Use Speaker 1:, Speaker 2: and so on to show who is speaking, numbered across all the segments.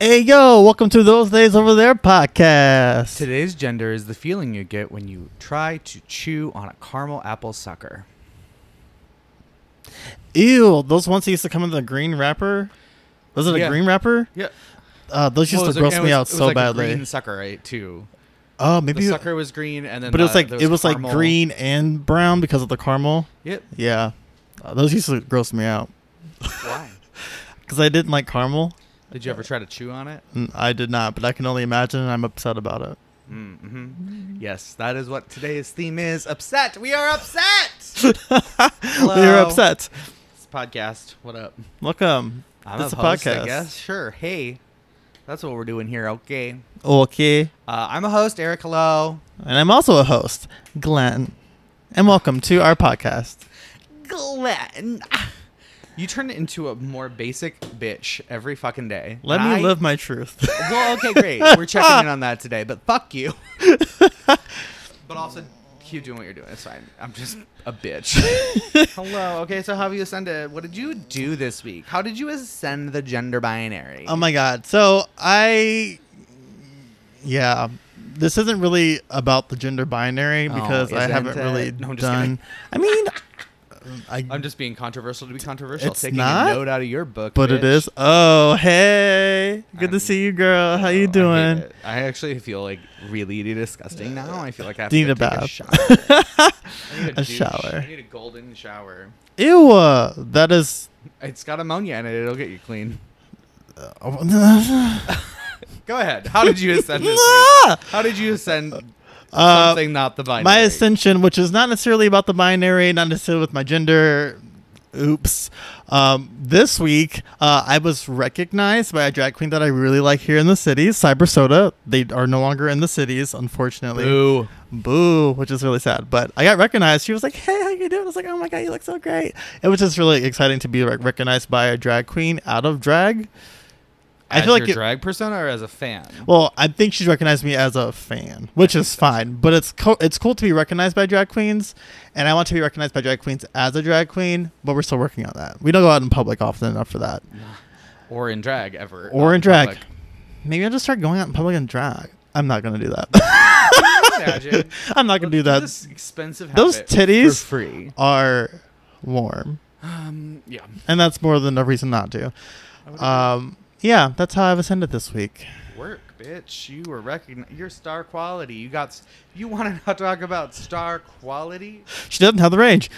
Speaker 1: Hey yo, welcome to Those Days Over There podcast.
Speaker 2: Today's gender is the feeling you get when you try to chew on a caramel apple sucker.
Speaker 1: Ew, those ones that used to come in the green wrapper. Was it a
Speaker 2: Yeah.
Speaker 1: green wrapper?
Speaker 2: Yeah.
Speaker 1: Uh, those used to gross me out so
Speaker 2: A green
Speaker 1: badly.
Speaker 2: sucker, right? Too.
Speaker 1: Oh,
Speaker 2: The
Speaker 1: maybe,
Speaker 2: sucker was green, and then
Speaker 1: but it was
Speaker 2: the-
Speaker 1: like
Speaker 2: there
Speaker 1: it was like
Speaker 2: caramel.
Speaker 1: green and brown because of the caramel.
Speaker 2: Yep.
Speaker 1: Yeah, uh, those used to gross me out
Speaker 2: Why?
Speaker 1: because I didn't like caramel.
Speaker 2: Did you ever try to chew on it?
Speaker 1: Mm, I did not, but I can only imagine. and I'm upset about it.
Speaker 2: Mm-hmm. Yes, that is what today's theme is. Upset. We are upset.
Speaker 1: We were
Speaker 2: Hello.
Speaker 1: upset.
Speaker 2: It's a podcast. What up?
Speaker 1: Welcome.
Speaker 2: I'm
Speaker 1: This
Speaker 2: a
Speaker 1: a
Speaker 2: host,
Speaker 1: podcast.
Speaker 2: I guess. Sure. Hey, that's what we're doing here. Okay.
Speaker 1: Okay.
Speaker 2: Uh, I'm a host, Eric. Hello.
Speaker 1: And I'm also a host, Glenn. And welcome to our podcast.
Speaker 2: Glenn. You turn into a more basic bitch every fucking day.
Speaker 1: Let
Speaker 2: And
Speaker 1: me
Speaker 2: I-
Speaker 1: live my truth.
Speaker 2: Well, okay, great. We're checking in on that today, but fuck you. but also, keep doing what you're doing. It's fine. I'm just a bitch. Hello. Okay, so how have you ascended? What did you do this week? How did you ascend the gender binary?
Speaker 1: oh my god. So I yeah, this isn't really about the gender binary
Speaker 2: Oh,
Speaker 1: because I
Speaker 2: isn't
Speaker 1: haven't really
Speaker 2: it? No, I'm just
Speaker 1: done.
Speaker 2: kidding.
Speaker 1: I mean, I,
Speaker 2: I'm just being controversial to be controversial.
Speaker 1: It's
Speaker 2: taking
Speaker 1: not,
Speaker 2: a note out of your book,
Speaker 1: but it
Speaker 2: bitch.
Speaker 1: is. Oh, hey. Good to
Speaker 2: I'm-
Speaker 1: see you, girl. How
Speaker 2: Oh, I
Speaker 1: you
Speaker 2: hate
Speaker 1: doing?
Speaker 2: it. I, actually feel like really disgusting now. I feel like I have
Speaker 1: Do you
Speaker 2: to
Speaker 1: need
Speaker 2: go
Speaker 1: a
Speaker 2: take a
Speaker 1: bath?
Speaker 2: shower. I need
Speaker 1: A
Speaker 2: douche.
Speaker 1: shower.
Speaker 2: I need a golden shower.
Speaker 1: Ew. uh, That is
Speaker 2: It's got ammonia in it. It'll get you clean.
Speaker 1: uh,
Speaker 2: Go ahead. How did you ascend this? week? How did you ascend
Speaker 1: Uh,
Speaker 2: something not the binary?
Speaker 1: my ascension, which is not necessarily about the binary, not necessarily with my gender. Oops. Um, this week, uh, I was recognized by a drag queen that I really like here in the city, Cyber Soda. They are no longer in the cities, unfortunately.
Speaker 2: Boo.
Speaker 1: Boo, which is really sad. But I got recognized. She was like, "Hey, how you doing?" I was like, "Oh my god, you look so great!" It was just really exciting to be like, recognized by a drag queen out of drag. I
Speaker 2: As
Speaker 1: feel like
Speaker 2: your
Speaker 1: it-
Speaker 2: drag persona or as a fan.
Speaker 1: well, I think she's recognized me as a fan, which is fine. But it's co- it's cool to be recognized by drag queens, and I want to be recognized by drag queens as a drag queen. But we're still working on that. We don't go out in public often enough for that,
Speaker 2: or in drag ever.
Speaker 1: or
Speaker 2: out
Speaker 1: in drag.
Speaker 2: public.
Speaker 1: Maybe I'll just start going out in public in drag. I'm not gonna do that.
Speaker 2: Imagine.
Speaker 1: I'm not gonna do
Speaker 2: Let's
Speaker 1: that.
Speaker 2: This expensive
Speaker 1: Those
Speaker 2: habit
Speaker 1: titties
Speaker 2: for free.
Speaker 1: Are warm,
Speaker 2: Um, yeah.
Speaker 1: and that's more than a reason not to. Um, yeah, that's how I've ascended this week.
Speaker 2: work, bitch. You were recognized. You're star quality. You got. s- You want to talk about star quality?
Speaker 1: She doesn't have the range.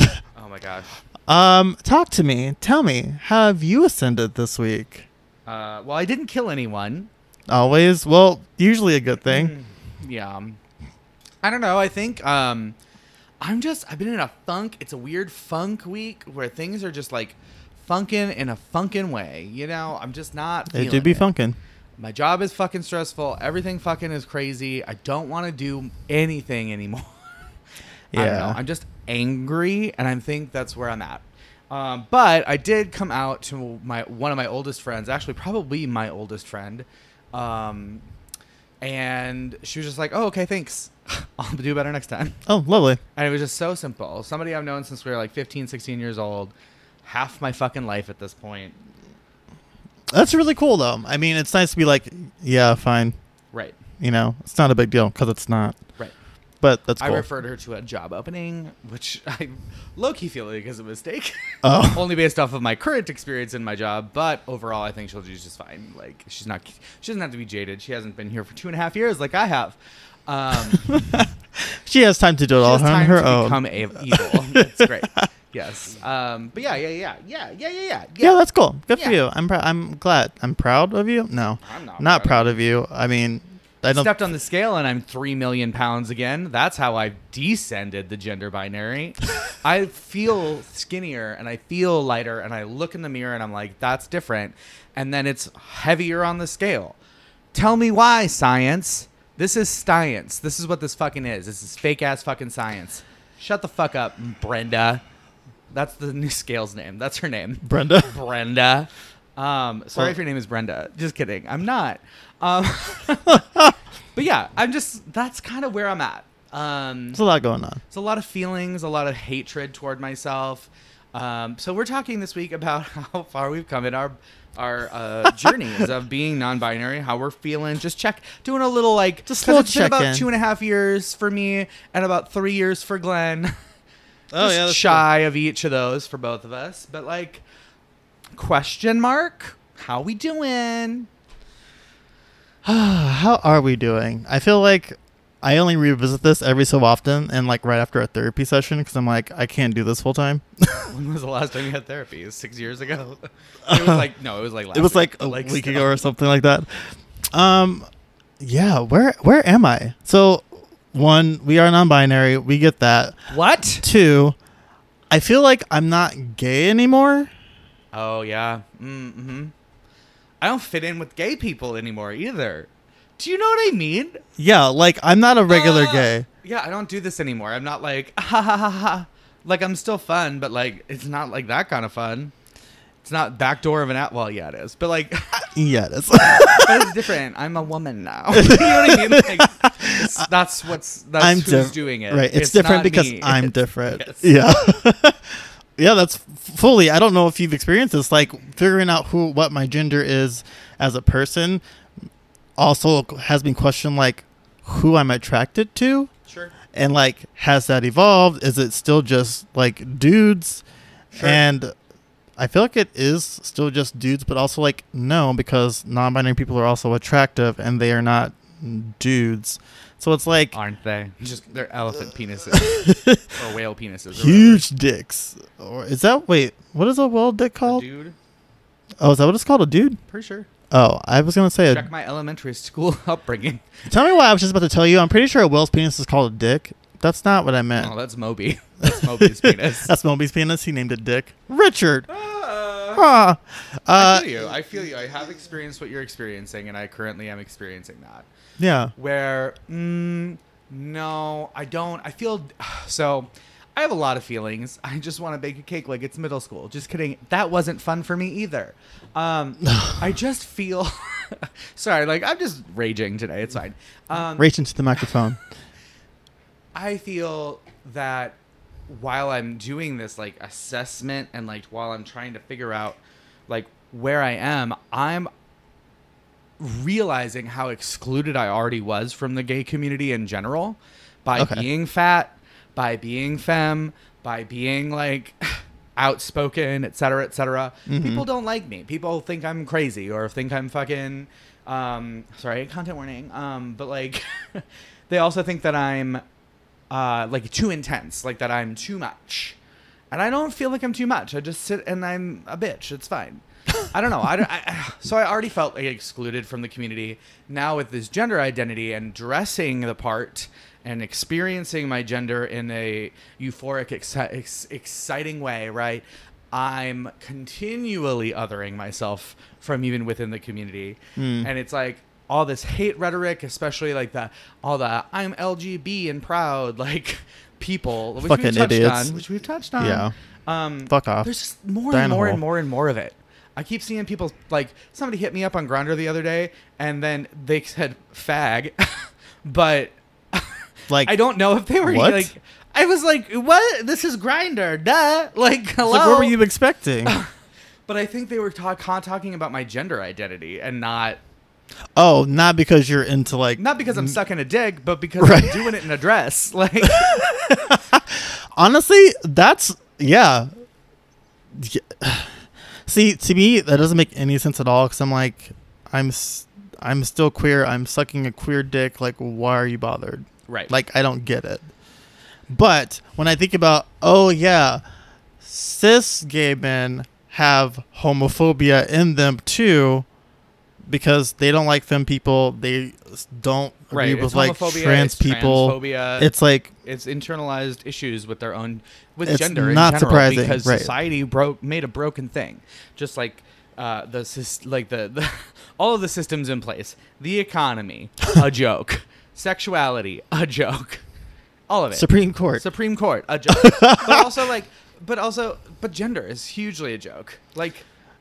Speaker 2: Oh my gosh.
Speaker 1: Um, talk to me. Tell me, how have you ascended this week?
Speaker 2: Uh, well, I didn't kill anyone.
Speaker 1: Always. Well, usually a good
Speaker 2: Mm.
Speaker 1: thing.
Speaker 2: Yeah. um, I don't know. I think um, I'm just. I've been in a funk. It's a weird funk week where things are just like funkin' in a funkin' way. You know, I'm just not.
Speaker 1: They do
Speaker 2: feeling
Speaker 1: be
Speaker 2: it.
Speaker 1: funkin'.
Speaker 2: My job is fucking stressful. Everything fucking is crazy. I don't want to do anything anymore. I don't know.
Speaker 1: Yeah.
Speaker 2: I'm just angry, and I think that's where I'm at. Um, but I did come out to my one of my oldest friends, actually probably my oldest friend, um, and she was just like, "Oh, okay, thanks. I'll do better next time."
Speaker 1: Oh, lovely.
Speaker 2: And it was just so simple. Somebody I've known since we were like 15, 16 years old, half my fucking life at this point.
Speaker 1: That's really cool, though. I mean, it's nice to be like, yeah, fine.
Speaker 2: Right,
Speaker 1: You know, it's not a big deal because it's not.
Speaker 2: right.
Speaker 1: But that's cool.
Speaker 2: I referred her to a job opening, which I low key feel like is a mistake.
Speaker 1: oh,
Speaker 2: Only based off of my current experience in my job, but overall, I think she'll do just fine. Like she's not, she doesn't have to be jaded. She hasn't been here for two and a half years, like I have. Um, she
Speaker 1: she has time to do it all
Speaker 2: has
Speaker 1: on
Speaker 2: time
Speaker 1: her
Speaker 2: to
Speaker 1: own.
Speaker 2: become a- evil. That's great. Yes. Um, but yeah, yeah, yeah, yeah, yeah, yeah, yeah.
Speaker 1: yeah. that's cool. Good for
Speaker 2: Yeah.
Speaker 1: you. I'm. Pr- I'm glad. I'm proud of you. No,
Speaker 2: I'm not
Speaker 1: Not
Speaker 2: proud
Speaker 1: proud of you. I mean, I don't.
Speaker 2: Stepped on the scale and I'm three million pounds again. That's how I've descended the gender binary. I feel skinnier and I feel lighter and I look in the mirror and I'm like, that's different. And then it's heavier on the scale. Tell me why, science. This is science. This is what this fucking is. This is fake ass fucking science. Shut the fuck up, Brenda. That's the new scale's name. That's her name.
Speaker 1: Brenda.
Speaker 2: Brenda. Um, sorry
Speaker 1: Well-
Speaker 2: if your name is Brenda. Just kidding. I'm not. Um, but yeah, I'm just. That's kind of where I'm at. Um,
Speaker 1: There's a lot going on.
Speaker 2: it's a lot of feelings, a lot of hatred toward myself. Um, so we're talking this week about how far we've come in our our uh, journeys of being non-binary, how we're feeling. Just check, doing a little like
Speaker 1: Just a
Speaker 2: 'cause
Speaker 1: little
Speaker 2: it's been
Speaker 1: check-in.
Speaker 2: about two and a half years for me, and about three years for Glenn.
Speaker 1: Oh
Speaker 2: Just
Speaker 1: yeah, that's
Speaker 2: shy of each of those for both of us. But like, question mark, how we doing?
Speaker 1: cool. How are we doing? I feel like I only revisit this every so often, and like right after a therapy session, because I'm like, I can't do this full time.
Speaker 2: When was the last time you had therapy? It was six years ago. It was like no, it was like last
Speaker 1: it was like
Speaker 2: week.
Speaker 1: a week
Speaker 2: so-
Speaker 1: ago or something like that. Um, yeah. Where where am I? So one, we are non-binary. We get that.
Speaker 2: What?
Speaker 1: Two, I feel like I'm not gay anymore.
Speaker 2: Oh yeah. Mm-hmm. I don't fit in with gay people anymore either. Do you know what I mean?
Speaker 1: Yeah, like I'm not a regular
Speaker 2: Ah!
Speaker 1: gay.
Speaker 2: Yeah, I don't do this anymore. I'm not like ha ha ha ha. Like I'm still fun, but like it's not like that kind of fun. It's not backdoor of an at. Well, yeah, it is. But like
Speaker 1: Yeah, that's
Speaker 2: but it's different. I'm a woman now. you know what I mean? Like, it's- that's what's that's
Speaker 1: I'm
Speaker 2: who's
Speaker 1: diff-
Speaker 2: doing it.
Speaker 1: Right, it's, different
Speaker 2: not
Speaker 1: because
Speaker 2: me.
Speaker 1: I'm
Speaker 2: It's-
Speaker 1: different.
Speaker 2: yes.
Speaker 1: Yeah. yeah, that's f- fully. I don't know if you've experienced this like figuring out who what my gender is as a person also has been questioned like who I'm attracted to
Speaker 2: Sure.
Speaker 1: and like has that evolved? Is it still just like dudes?
Speaker 2: Sure.
Speaker 1: And I feel like it is still just dudes, but also like no, because non-binary people are also attractive and they are not dudes. So it's like
Speaker 2: Aren't they? Just they're elephant penises or whale penises. or whatever.
Speaker 1: huge dicks. Or is that wait? What is a whale dick
Speaker 2: A
Speaker 1: called?
Speaker 2: Dude,
Speaker 1: Oh, is that what it's called? A dude?
Speaker 2: pretty sure.
Speaker 1: Oh, I was gonna say.
Speaker 2: Check
Speaker 1: A,
Speaker 2: my elementary school upbringing.
Speaker 1: tell me what I was just about to tell you. I'm pretty sure a whale's penis is called a dick. That's not what I meant.
Speaker 2: Oh, that's Moby. That's Moby's penis.
Speaker 1: That's Moby's penis. He named it Dick. Richard.
Speaker 2: Ah,
Speaker 1: Ah.
Speaker 2: I
Speaker 1: Uh,
Speaker 2: feel you. I feel you. I have experienced what you're experiencing, and I currently am experiencing that.
Speaker 1: yeah.
Speaker 2: where mm, no i don't i feel so i have a lot of feelings i just want to bake a cake like it's middle school just kidding that wasn't fun for me either um i just feel sorry like i'm just raging today it's fine um
Speaker 1: Reach into the microphone.
Speaker 2: I feel that while I'm doing this like assessment and like while I'm trying to figure out like where I am, I'm realizing how excluded I already was from the gay community in general by
Speaker 1: Okay.
Speaker 2: being fat, by being femme, by being like outspoken, et cetera, et cetera. People don't like me. People think I'm crazy or think I'm fucking um sorry, content warning. Um but like they also think that I'm uh, like too intense, like that I'm too much. And I don't feel like I'm too much. I just sit and I'm a bitch. It's fine. I don't know. I, don't- I- I- so I already felt like excluded from the community. Now with this gender identity and dressing the part and experiencing my gender in a euphoric, exci- ex- exciting way, right? I'm continually othering myself from even within the community. And it's like all this hate rhetoric, especially like the all the I'm LGB and proud like people, which
Speaker 1: Fucking
Speaker 2: we've touched
Speaker 1: idiots.
Speaker 2: on, which we've touched on.
Speaker 1: Yeah.
Speaker 2: Um,
Speaker 1: Fuck off.
Speaker 2: There's just more
Speaker 1: Diana
Speaker 2: and more
Speaker 1: Hall.
Speaker 2: and more and more of it. I keep seeing people like somebody hit me up on Grinder the other day, and then they said fag, but
Speaker 1: Like
Speaker 2: I don't know if they were
Speaker 1: What?
Speaker 2: like. I was like, "What? This is Grinder, duh!" Like, hello.
Speaker 1: it's Like, what were you expecting?
Speaker 2: But I think they were ta- con- talking about my gender identity and not
Speaker 1: oh, not because you're into like.
Speaker 2: not because I'm sucking a dick, but because
Speaker 1: Right.
Speaker 2: I'm doing it in a dress. Like,
Speaker 1: Honestly, that's yeah. Yeah. See, to me, that doesn't make any sense at all. Because I'm like, I'm, s- I'm still queer. I'm sucking a queer dick. Like, why are you bothered?
Speaker 2: right?
Speaker 1: Like, I don't get it. But when I think about, oh yeah, cis gay men have homophobia in them too, because they don't like femme people. They s- don't agree
Speaker 2: right?
Speaker 1: with
Speaker 2: It's
Speaker 1: like
Speaker 2: homophobia,
Speaker 1: trans
Speaker 2: it's
Speaker 1: people.
Speaker 2: transphobia,
Speaker 1: It's like
Speaker 2: it's internalized issues with their own with
Speaker 1: It's
Speaker 2: gender. in
Speaker 1: not
Speaker 2: general
Speaker 1: surprising,
Speaker 2: because
Speaker 1: right.
Speaker 2: society broke made a broken thing, just like uh, the sys- like the, the all of the systems in place, the economy, a joke, sexuality, a joke, all of it.
Speaker 1: Supreme Court.
Speaker 2: Supreme Court, a joke. but also like, but also, but gender is hugely a joke. Like,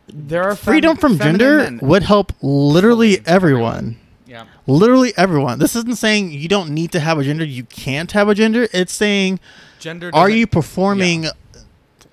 Speaker 2: there are fem-
Speaker 1: freedom from
Speaker 2: feminine
Speaker 1: gender
Speaker 2: men-
Speaker 1: would help literally
Speaker 2: Totally.
Speaker 1: everyone.
Speaker 2: yeah,
Speaker 1: Literally everyone. This isn't saying you don't need to have a gender, you can't have a gender. It's saying
Speaker 2: gender.
Speaker 1: are
Speaker 2: doesn't-
Speaker 1: you performing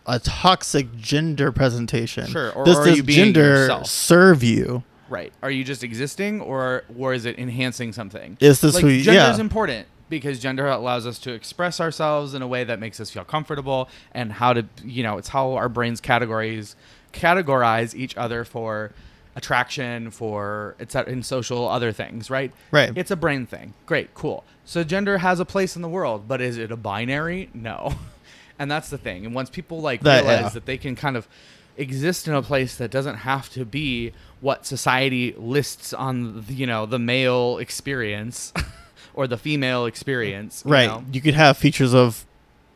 Speaker 1: a toxic gender presentation.
Speaker 2: Sure, or
Speaker 1: this
Speaker 2: are
Speaker 1: does
Speaker 2: you being
Speaker 1: gender
Speaker 2: yourself?
Speaker 1: serve you?
Speaker 2: Right. Are you just existing or or is it enhancing something?
Speaker 1: Is this
Speaker 2: like,
Speaker 1: who you-
Speaker 2: gender
Speaker 1: yeah.
Speaker 2: is important because gender allows us to express ourselves in a way that makes us feel comfortable and how to you know, it's how our brains categories categorize each other for attraction for etc and social other things right
Speaker 1: Right.
Speaker 2: it's a brain thing great cool so gender has a place in the world but is it a binary no and that's the thing and once people like
Speaker 1: That-
Speaker 2: realize
Speaker 1: yeah.
Speaker 2: that they can kind of exist in a place that doesn't have to be what society lists on the, you know the male experience or the female experience you
Speaker 1: right.
Speaker 2: know?
Speaker 1: You could have features of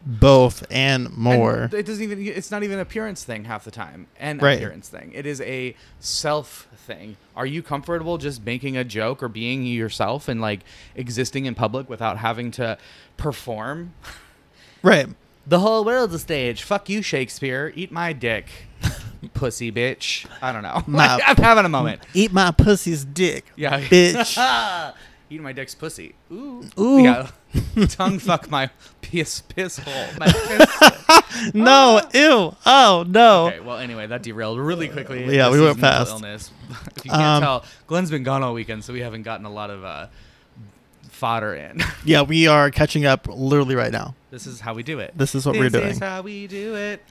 Speaker 1: both and
Speaker 2: And
Speaker 1: more.
Speaker 2: it doesn't even it's not even an appearance thing half the time an
Speaker 1: Right.
Speaker 2: appearance thing it is a self thing are you comfortable just making a joke or being yourself and like existing in public without having to perform
Speaker 1: right.
Speaker 2: the whole world's a stage. Fuck you, Shakespeare. Eat my dick, pussy bitch. I don't know.
Speaker 1: Nah.
Speaker 2: I'm having a moment.
Speaker 1: Eat my pussy's dick.
Speaker 2: Yeah,
Speaker 1: Bitch.
Speaker 2: Eat my dick's pussy. Ooh.
Speaker 1: Ooh.
Speaker 2: Yeah. Tongue fuck my piss piss hole. My piss.
Speaker 1: no, ew. Oh, no.
Speaker 2: okay. Well, anyway, that derailed really quickly.
Speaker 1: Yeah, we
Speaker 2: is
Speaker 1: went
Speaker 2: mental
Speaker 1: fast.
Speaker 2: Illness. if you can't
Speaker 1: Um,
Speaker 2: tell, Glenn's been gone all weekend, so we haven't gotten a lot of uh, fodder in.
Speaker 1: Yeah, we are catching up literally right now.
Speaker 2: this is how we do it.
Speaker 1: This is what
Speaker 2: this
Speaker 1: we're doing.
Speaker 2: is how we do it.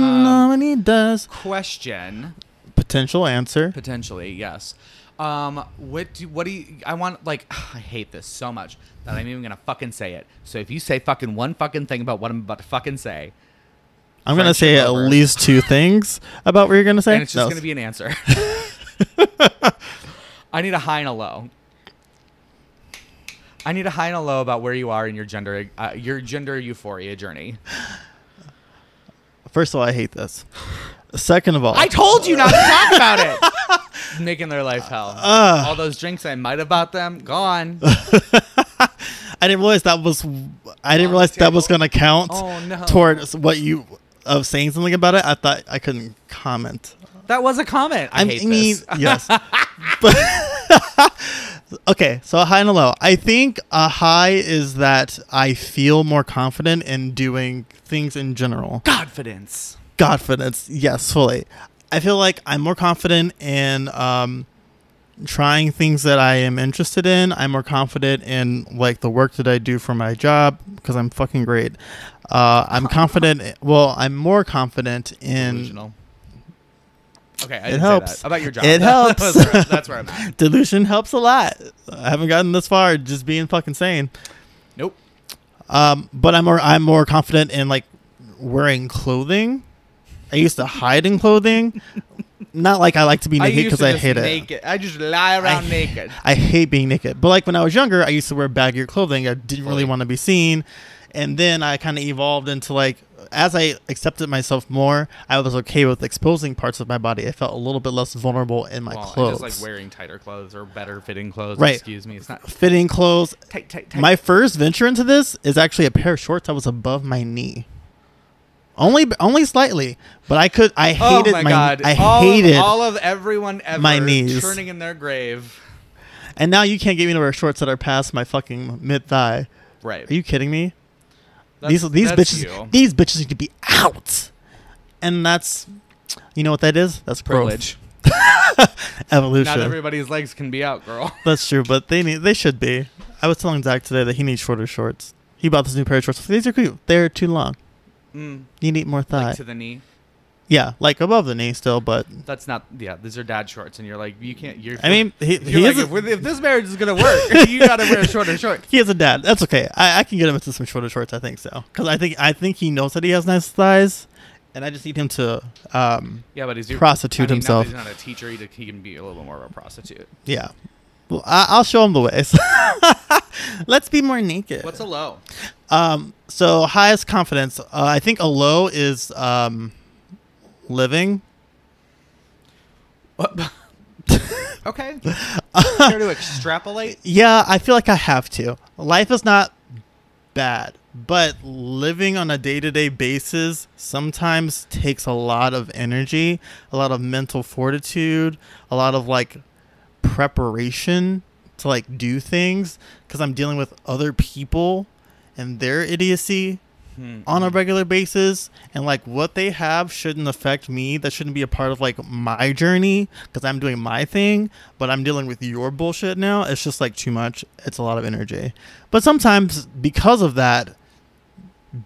Speaker 1: Nominee does.
Speaker 2: Question.
Speaker 1: Potential answer.
Speaker 2: Potentially, yes. Um, what do what do you? I want like I hate this so much that I'm even gonna fucking say it. So if you say fucking one fucking thing about what I'm about to fucking say,
Speaker 1: I'm going to say
Speaker 2: friendship
Speaker 1: at
Speaker 2: over.
Speaker 1: least two things about what you're going to say.
Speaker 2: and it's just
Speaker 1: No.
Speaker 2: gonna be an answer. I need a high and a low. I need a high and a low about where you are in your gender uh, your gender euphoria journey.
Speaker 1: First of all, I hate this. Second of all,
Speaker 2: I told you not to talk about it. Making their life hell. All those drinks I might have bought them gone.
Speaker 1: I didn't realize that was I didn't
Speaker 2: the
Speaker 1: realize that was
Speaker 2: table.
Speaker 1: gonna count
Speaker 2: Oh, no.
Speaker 1: towards what you of saying something about it. I thought I couldn't comment.
Speaker 2: That was a comment. I,
Speaker 1: I'm-
Speaker 2: hate this. Uh,
Speaker 1: yes. But- okay, so a high and a low. I think a high is that I feel more confident in doing things in general.
Speaker 2: Confidence.
Speaker 1: Confidence, yes, fully. I feel like I'm more confident in um, trying things that I am interested in. I'm more confident in like the work that I do for my job because I'm fucking great. Uh, I'm confident. Well, I'm more confident in
Speaker 2: delusional. Okay, I didn't Say
Speaker 1: helps.
Speaker 2: that. About your job.
Speaker 1: It
Speaker 2: That
Speaker 1: helps.
Speaker 2: was where- that's where I'm at.
Speaker 1: delusion helps a lot. I haven't gotten this far just being fucking sane.
Speaker 2: Nope.
Speaker 1: Um, but I'm more I'm more confident in like wearing clothing. I used to hide in clothing. Not like I like to be naked
Speaker 2: used
Speaker 1: because
Speaker 2: to
Speaker 1: I
Speaker 2: just
Speaker 1: hate it.
Speaker 2: naked. I just lie around
Speaker 1: I-
Speaker 2: naked.
Speaker 1: I hate being naked. But like when I was younger, I used to wear baggier clothing. I didn't really
Speaker 2: Fully.
Speaker 1: want to be seen. And then I kind of evolved into like as I accepted myself more, I was okay with exposing parts of my body. I felt a little bit less vulnerable in my
Speaker 2: Well, and
Speaker 1: clothes.
Speaker 2: just like wearing tighter clothes or better fitting clothes.
Speaker 1: Right.
Speaker 2: Excuse me. It's not
Speaker 1: Fitting clothes.
Speaker 2: tight, tight, tight.
Speaker 1: My first venture into this is actually a pair of shorts that was above my knee. Only only slightly, but I could I
Speaker 2: oh
Speaker 1: hated
Speaker 2: my god!
Speaker 1: I
Speaker 2: all
Speaker 1: hated
Speaker 2: of, all of everyone ever
Speaker 1: my knees.
Speaker 2: turning in their grave.
Speaker 1: and now you can't get me to wear shorts that are past my fucking mid thigh.
Speaker 2: Right.
Speaker 1: Are you kidding me?
Speaker 2: That's-
Speaker 1: these these
Speaker 2: that's
Speaker 1: bitches
Speaker 2: you.
Speaker 1: these bitches need to be out. And that's you know what that is? That's growth.
Speaker 2: privilege.
Speaker 1: evolution.
Speaker 2: Not everybody's legs can be out, girl.
Speaker 1: that's true, but they need they should be. I was telling Zach today that he needs shorter shorts. He bought this new pair of shorts. These are cute. They're too long.
Speaker 2: Mm,
Speaker 1: You need more thigh.
Speaker 2: to the knee.
Speaker 1: yeah, like above the knee still, but
Speaker 2: That's not. Yeah, these are dad shorts, and you're like, you can't. You're.
Speaker 1: I mean, he,
Speaker 2: You're
Speaker 1: he
Speaker 2: like,
Speaker 1: is
Speaker 2: if,
Speaker 1: a,
Speaker 2: we- if this marriage is gonna work, you gotta wear shorter shorts.
Speaker 1: he is a dad. That's okay. I, I can get him into some shorter shorts. I think so because I think I think he knows that he has nice thighs, and I just need him to um
Speaker 2: Yeah, but he's
Speaker 1: Prostitute
Speaker 2: I mean, now that
Speaker 1: himself.
Speaker 2: he's not a teacher. He, he can be a little bit more of a prostitute.
Speaker 1: yeah. Well, I, I'll show him the ways. Let's be more naked.
Speaker 2: What's a low?
Speaker 1: um so highest confidence? Uh, I think a low is um living.
Speaker 2: okay. Care to extrapolate?
Speaker 1: Yeah, I feel like I have to. Life is not bad, but living on a day to day basis sometimes takes a lot of energy, a lot of mental fortitude, a lot of like preparation to like do things because I'm dealing with other people and their idiocy
Speaker 2: Hmm.
Speaker 1: on a regular basis and like what they have shouldn't affect me that shouldn't be a part of like my journey because i'm doing my thing but i'm dealing with your bullshit now it's just like too much it's a lot of energy but sometimes because of that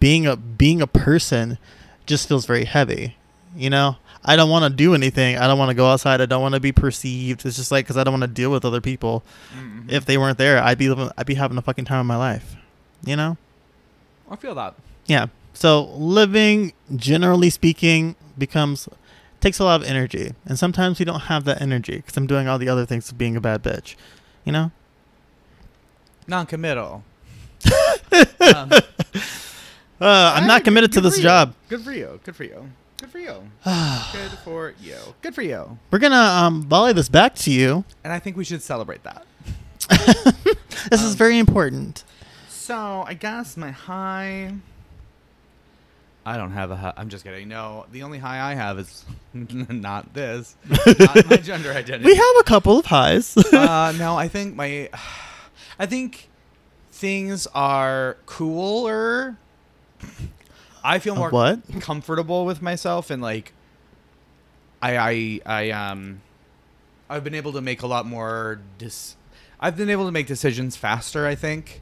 Speaker 1: being a being a person just feels very heavy you know i don't want to do anything i don't want to go outside i don't want to be perceived it's just like because i don't want to deal with other people if they weren't there i'd be living, i'd be having a fucking time of my life you know
Speaker 2: I feel that.
Speaker 1: yeah. So living, generally speaking, becomes takes a lot of energy, and sometimes we don't have that energy because I'm doing all the other things of being a bad bitch. You know.
Speaker 2: Non-committal.
Speaker 1: Uh, I'm not committed to
Speaker 2: Good for
Speaker 1: this
Speaker 2: you.
Speaker 1: job.
Speaker 2: Good for you. Good for you. Good for you. Good for you. Good for you.
Speaker 1: We're gonna um, volley this back to you.
Speaker 2: And I think we should celebrate that.
Speaker 1: This
Speaker 2: Um,
Speaker 1: is very important.
Speaker 2: So I guess my high. I don't have a high. I'm just kidding. No, the only high I have is not this, not my gender identity.
Speaker 1: We have a couple of highs.
Speaker 2: uh, no, I think my, I think things are cooler. I feel more
Speaker 1: what?
Speaker 2: comfortable with myself and like, I I I um, I've been able to make a lot more dis. I've been able to make decisions faster. I think,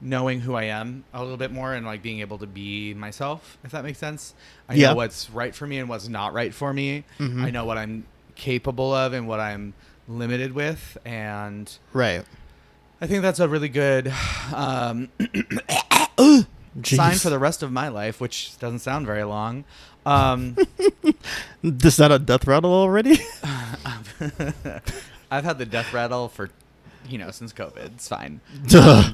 Speaker 2: knowing who I am a little bit more and like being able to be myself, if that makes sense. I
Speaker 1: Yeah.
Speaker 2: know what's right for me and what's not right for me.
Speaker 1: Mhm.
Speaker 2: I know what I'm capable of and what I'm limited with and
Speaker 1: right.
Speaker 2: I think that's a really good um, sign
Speaker 1: Jeez.
Speaker 2: for the rest of my life, which doesn't sound very long. Um,
Speaker 1: Is that a death rattle already?
Speaker 2: I've had the death rattle for, you know, since COVID. It's fine.
Speaker 1: Duh.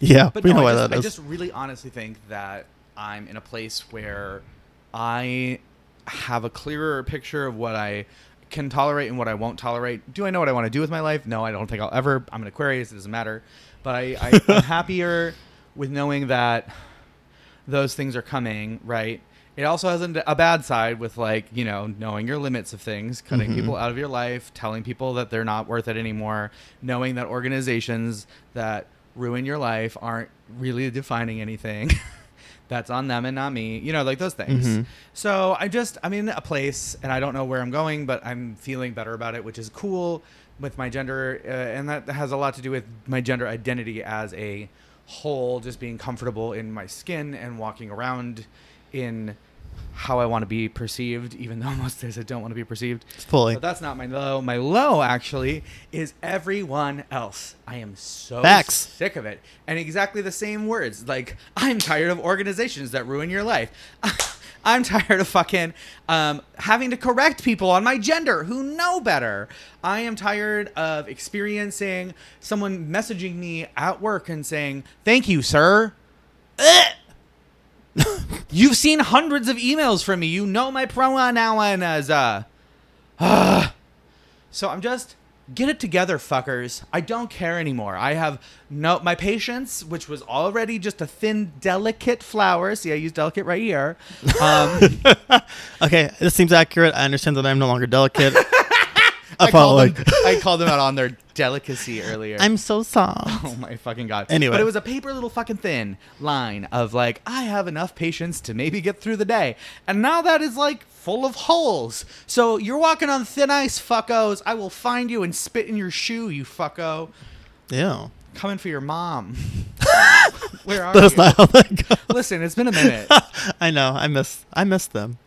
Speaker 1: Yeah,
Speaker 2: But
Speaker 1: we
Speaker 2: no,
Speaker 1: know why
Speaker 2: I, just,
Speaker 1: that
Speaker 2: I
Speaker 1: is.
Speaker 2: just really honestly think that I'm in a place where I have a clearer picture of what I can tolerate and what I won't tolerate. Do I know what I want to do with my life? No, I don't think I'll ever. I'm an Aquarius. It doesn't matter. But I, I, I'm happier with knowing that those things are coming, right? It also has an, a bad side with like, you know, knowing your limits of things, cutting people out of your life, telling people that they're not worth it anymore, knowing that organizations that ruin your life aren't really defining anything. That's on them and not me, you know, like those things.
Speaker 1: Mhm.
Speaker 2: So I just, I'm in a place and I don't know where I'm going, but I'm feeling better about it, which is cool with my gender. Uh, and that has a lot to do with my gender identity as a whole, just being comfortable in my skin and walking around in how I want to be perceived, even though most days I don't want to be perceived.
Speaker 1: Fully.
Speaker 2: But that's not my low. My low actually is everyone else. I am so
Speaker 1: Facts.
Speaker 2: sick of it. And exactly the same words. Like, I'm tired of organizations that ruin your life. I'm tired of fucking um, having to correct people on my gender who know better. I am tired of experiencing someone messaging me at work and saying, Thank you, sir. You've seen hundreds of emails from me. You know my pronoun as uh. So I'm just get it together, fuckers. I don't care anymore. I have no my patience, which was already just a thin, delicate flower. See, I use delicate right here. Um,
Speaker 1: okay, this seems accurate. I understand that I'm no longer delicate.
Speaker 2: I, called
Speaker 1: Apollo.
Speaker 2: them, I called them out on their delicacy earlier.
Speaker 1: I'm so soft.
Speaker 2: Oh my fucking god.
Speaker 1: Anyway.
Speaker 2: But it was a paper little fucking thin line of like, I have enough patience to maybe get through the day. And now that is like full of holes. So you're walking on thin ice, fuckos. I will find you and spit in your shoe, you fucko.
Speaker 1: Yeah.
Speaker 2: Coming for your mom. Where are
Speaker 1: That's
Speaker 2: you?
Speaker 1: not how that goes.
Speaker 2: Listen, it's been a minute.
Speaker 1: I know. I miss. I miss them.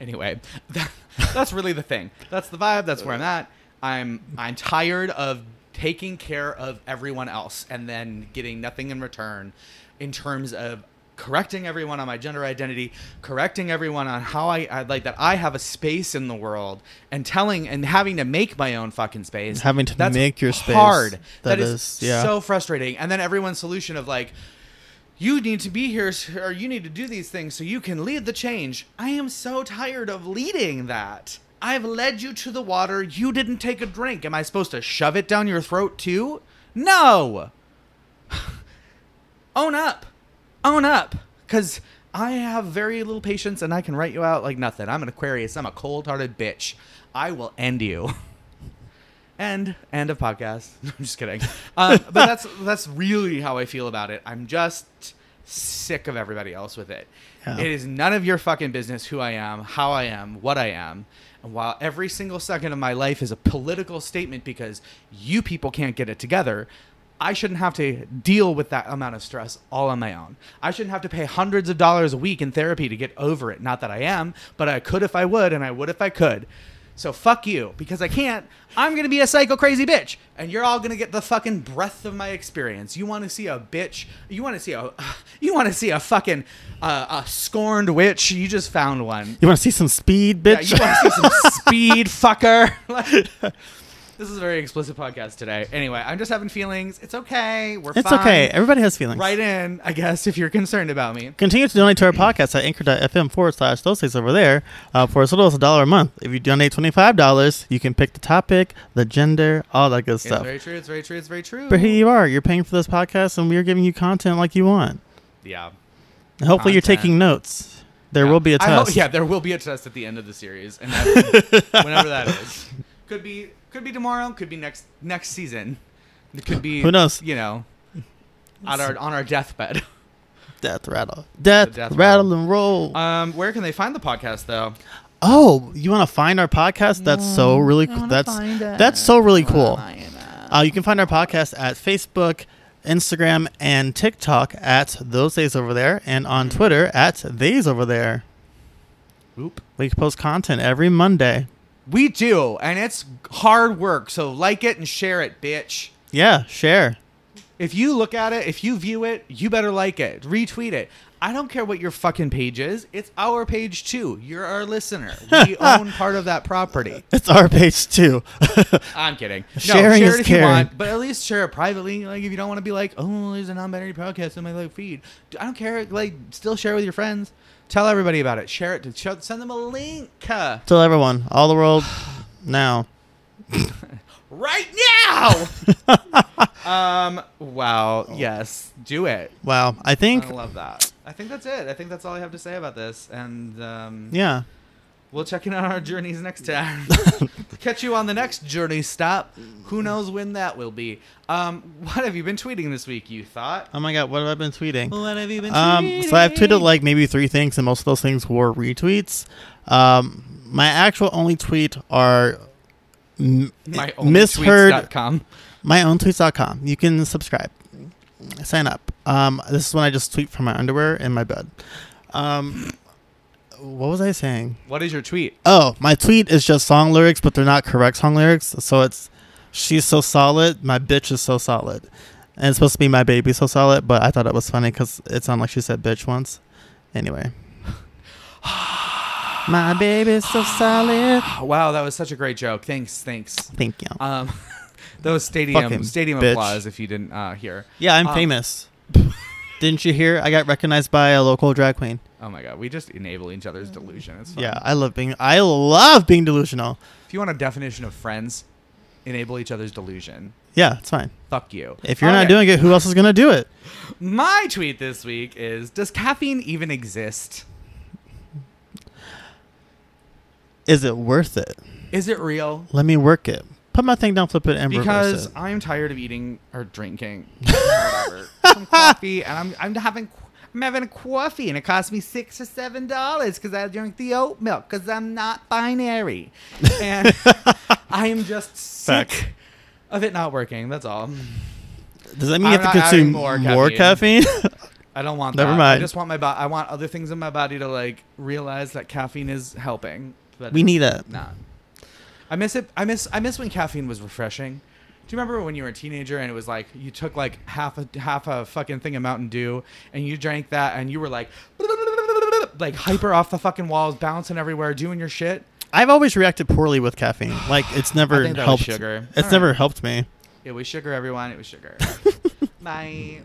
Speaker 2: anyway, that, that's really the thing. That's the vibe. That's where I'm at. I'm I'm tired of taking care of everyone else and then getting nothing in return in terms of correcting everyone on my gender identity, correcting everyone on how I, I like that I have a space in the world and telling and having to make my own fucking space.
Speaker 1: Having to
Speaker 2: That's
Speaker 1: make your space.
Speaker 2: Hard.
Speaker 1: That
Speaker 2: that is,
Speaker 1: is- yeah.
Speaker 2: so frustrating. And then everyone's solution of like you need to be here s- or you need to do these things so you can lead the change. I am so tired of leading that. I've led you to the water. You didn't take a drink. Am I supposed to shove it down your throat too? No. Own up. Own up. Because I have very little patience and I can write you out like nothing. I'm an Aquarius. I'm a cold hearted bitch. I will end you. End. End of Uh, podcast. I'm just kidding. Um, but that's that's really how I feel about it. I'm just sick of everybody else with it.
Speaker 1: Yeah.
Speaker 2: It is none of your fucking business who I am, how I am, what I am. And while every single second of my life is a political statement because you people can't get it together, I shouldn't have to deal with that amount of stress all on my own. I shouldn't have to pay hundreds of dollars a week in therapy to get over it. Not that I am, but I could if I would, and I would if I could. So fuck you, because I can't. I'm gonna be a psycho crazy bitch, and you're all gonna get the fucking breath of my experience. You want to see a bitch? You want to see a? You want to see a fucking uh, a scorned witch? You just found one.
Speaker 1: You want to see some speed,
Speaker 2: Yeah,
Speaker 1: bitch?
Speaker 2: you want to see some speed, fucker? Like, this is a very explicit podcast today. Anyway, I'm just having feelings. It's okay. We're
Speaker 1: it's
Speaker 2: fine.
Speaker 1: okay. Everybody has feelings.
Speaker 2: Write in, I guess, if you're concerned about me.
Speaker 1: Continue to donate to our podcast at anchor.fm forward slash those things over there uh, for as little as a dollar a month. If you donate $25, you can pick the topic, the gender, all that good
Speaker 2: It's
Speaker 1: stuff.
Speaker 2: very true. It's very true. It's very true.
Speaker 1: But here you are. You're paying for this podcast, and we are giving you content like you want.
Speaker 2: yeah.
Speaker 1: And hopefully, you're
Speaker 2: Content.
Speaker 1: taking notes. There
Speaker 2: Yeah.
Speaker 1: will be a
Speaker 2: I hope-
Speaker 1: test.
Speaker 2: yeah, there will be a test at the end of the series, and that- whenever that is, could be could be tomorrow, could be next next season, it could be
Speaker 1: Who knows?
Speaker 2: You know, on our on our deathbed.
Speaker 1: Death rattle. Death,
Speaker 2: death
Speaker 1: rattle,
Speaker 2: rattle.
Speaker 1: and roll.
Speaker 2: Um, where can they find the podcast though?
Speaker 1: oh, you want to find our podcast? That's so really cool. That's that's so really cool. Uh, you can find our podcast at Facebook, Instagram, and TikTok at those days over there, and on Twitter at these over there.
Speaker 2: Oop.
Speaker 1: We post content every Monday.
Speaker 2: We do, and it's hard work. So like it and share it, bitch.
Speaker 1: Yeah, share.
Speaker 2: If you look at it, if you view it, you better like it, retweet it. I don't care what your fucking page is. It's our page too. You're our listener. We own part of that property.
Speaker 1: It's our page too.
Speaker 2: I'm kidding. No,
Speaker 1: Sharing
Speaker 2: share
Speaker 1: is
Speaker 2: it if
Speaker 1: caring.
Speaker 2: you want, but at least share it privately. Like if you don't want to be like, oh, there's a non-binary podcast in my like feed. D- I don't care. Like, still share with your friends. Tell everybody about it. Share it. To show, send them a link uh,
Speaker 1: Tell everyone, all the world, now.
Speaker 2: right now. um. Wow.
Speaker 1: Oh.
Speaker 2: Yes. Do it.
Speaker 1: Wow, I think.
Speaker 2: I love that. I think that's it. I think that's all I have to say about this. And um,
Speaker 1: Yeah.
Speaker 2: we'll check in on our journeys next time. Catch you on the next journey stop. Who knows when that will be? Um, what have you been tweeting this week? You thought?
Speaker 1: Oh my god, what have I been tweeting?
Speaker 2: What have you been
Speaker 1: Um, so I've tweeted like maybe three things, and most of those things were retweets. Um, my actual only tweet are m-
Speaker 2: my
Speaker 1: misheard
Speaker 2: misheard.com.
Speaker 1: my own tweets.com. You can subscribe, sign up. Um, this is when I just tweet from my underwear in my bed. Um, what was I saying?
Speaker 2: What is your tweet?
Speaker 1: Oh, my tweet is just song lyrics, but they're not correct song lyrics. So it's she's so solid, my bitch is so solid, and it's supposed to be my baby so solid, but I thought it was funny because it sounded like she said bitch once. Anyway, my baby's so solid.
Speaker 2: Oh, wow, that was such a great joke. Thanks, thanks.
Speaker 1: Thank you.
Speaker 2: Um, those stadium
Speaker 1: Fucking
Speaker 2: stadium
Speaker 1: bitch.
Speaker 2: applause if you didn't uh, hear.
Speaker 1: Yeah, I'm
Speaker 2: um,
Speaker 1: famous. Didn't you hear? I got recognized by a local drag queen.
Speaker 2: Oh my god, we just enable each other's delusion. It's fun.
Speaker 1: Yeah, I love being. I love being delusional.
Speaker 2: If you want a definition of friends, enable each other's delusion.
Speaker 1: Yeah, it's fine.
Speaker 2: Fuck you.
Speaker 1: If you're not
Speaker 2: Okay.
Speaker 1: doing it, who else is gonna do it?
Speaker 2: My tweet this week is Does caffeine even exist?
Speaker 1: Is it worth it?
Speaker 2: Is it real?
Speaker 1: Let me work it. Put my thing down, flip it, and reverse
Speaker 2: Because
Speaker 1: it.
Speaker 2: I'm tired of eating or drinking whatever, some coffee, and I'm, I'm having I'm having coffee, and it costs me six or seven dollars because I drink the oat milk because I'm not binary, and I am just sick
Speaker 1: Facts.
Speaker 2: of it not working. That's all.
Speaker 1: Does that mean you
Speaker 2: I'm
Speaker 1: have to
Speaker 2: not adding
Speaker 1: consume more
Speaker 2: more
Speaker 1: caffeine?
Speaker 2: I don't want
Speaker 1: Never
Speaker 2: that.
Speaker 1: mind.
Speaker 2: I just want my body. I want other things in my body to like realize that caffeine is helping. But
Speaker 1: we need it.
Speaker 2: Nah. I miss it. I miss. I miss when caffeine was refreshing. Do you remember when you were a teenager and it was like you took like half a half a fucking thing of Mountain Dew and you drank that and you were like like hyper off the fucking walls, bouncing everywhere, doing your shit.
Speaker 1: I've always reacted poorly with caffeine. Like it's never
Speaker 2: think that was
Speaker 1: helped.
Speaker 2: sugar.
Speaker 1: It's
Speaker 2: All
Speaker 1: never
Speaker 2: right.
Speaker 1: helped me.
Speaker 2: It was sugar, everyone. It was sugar. Bye.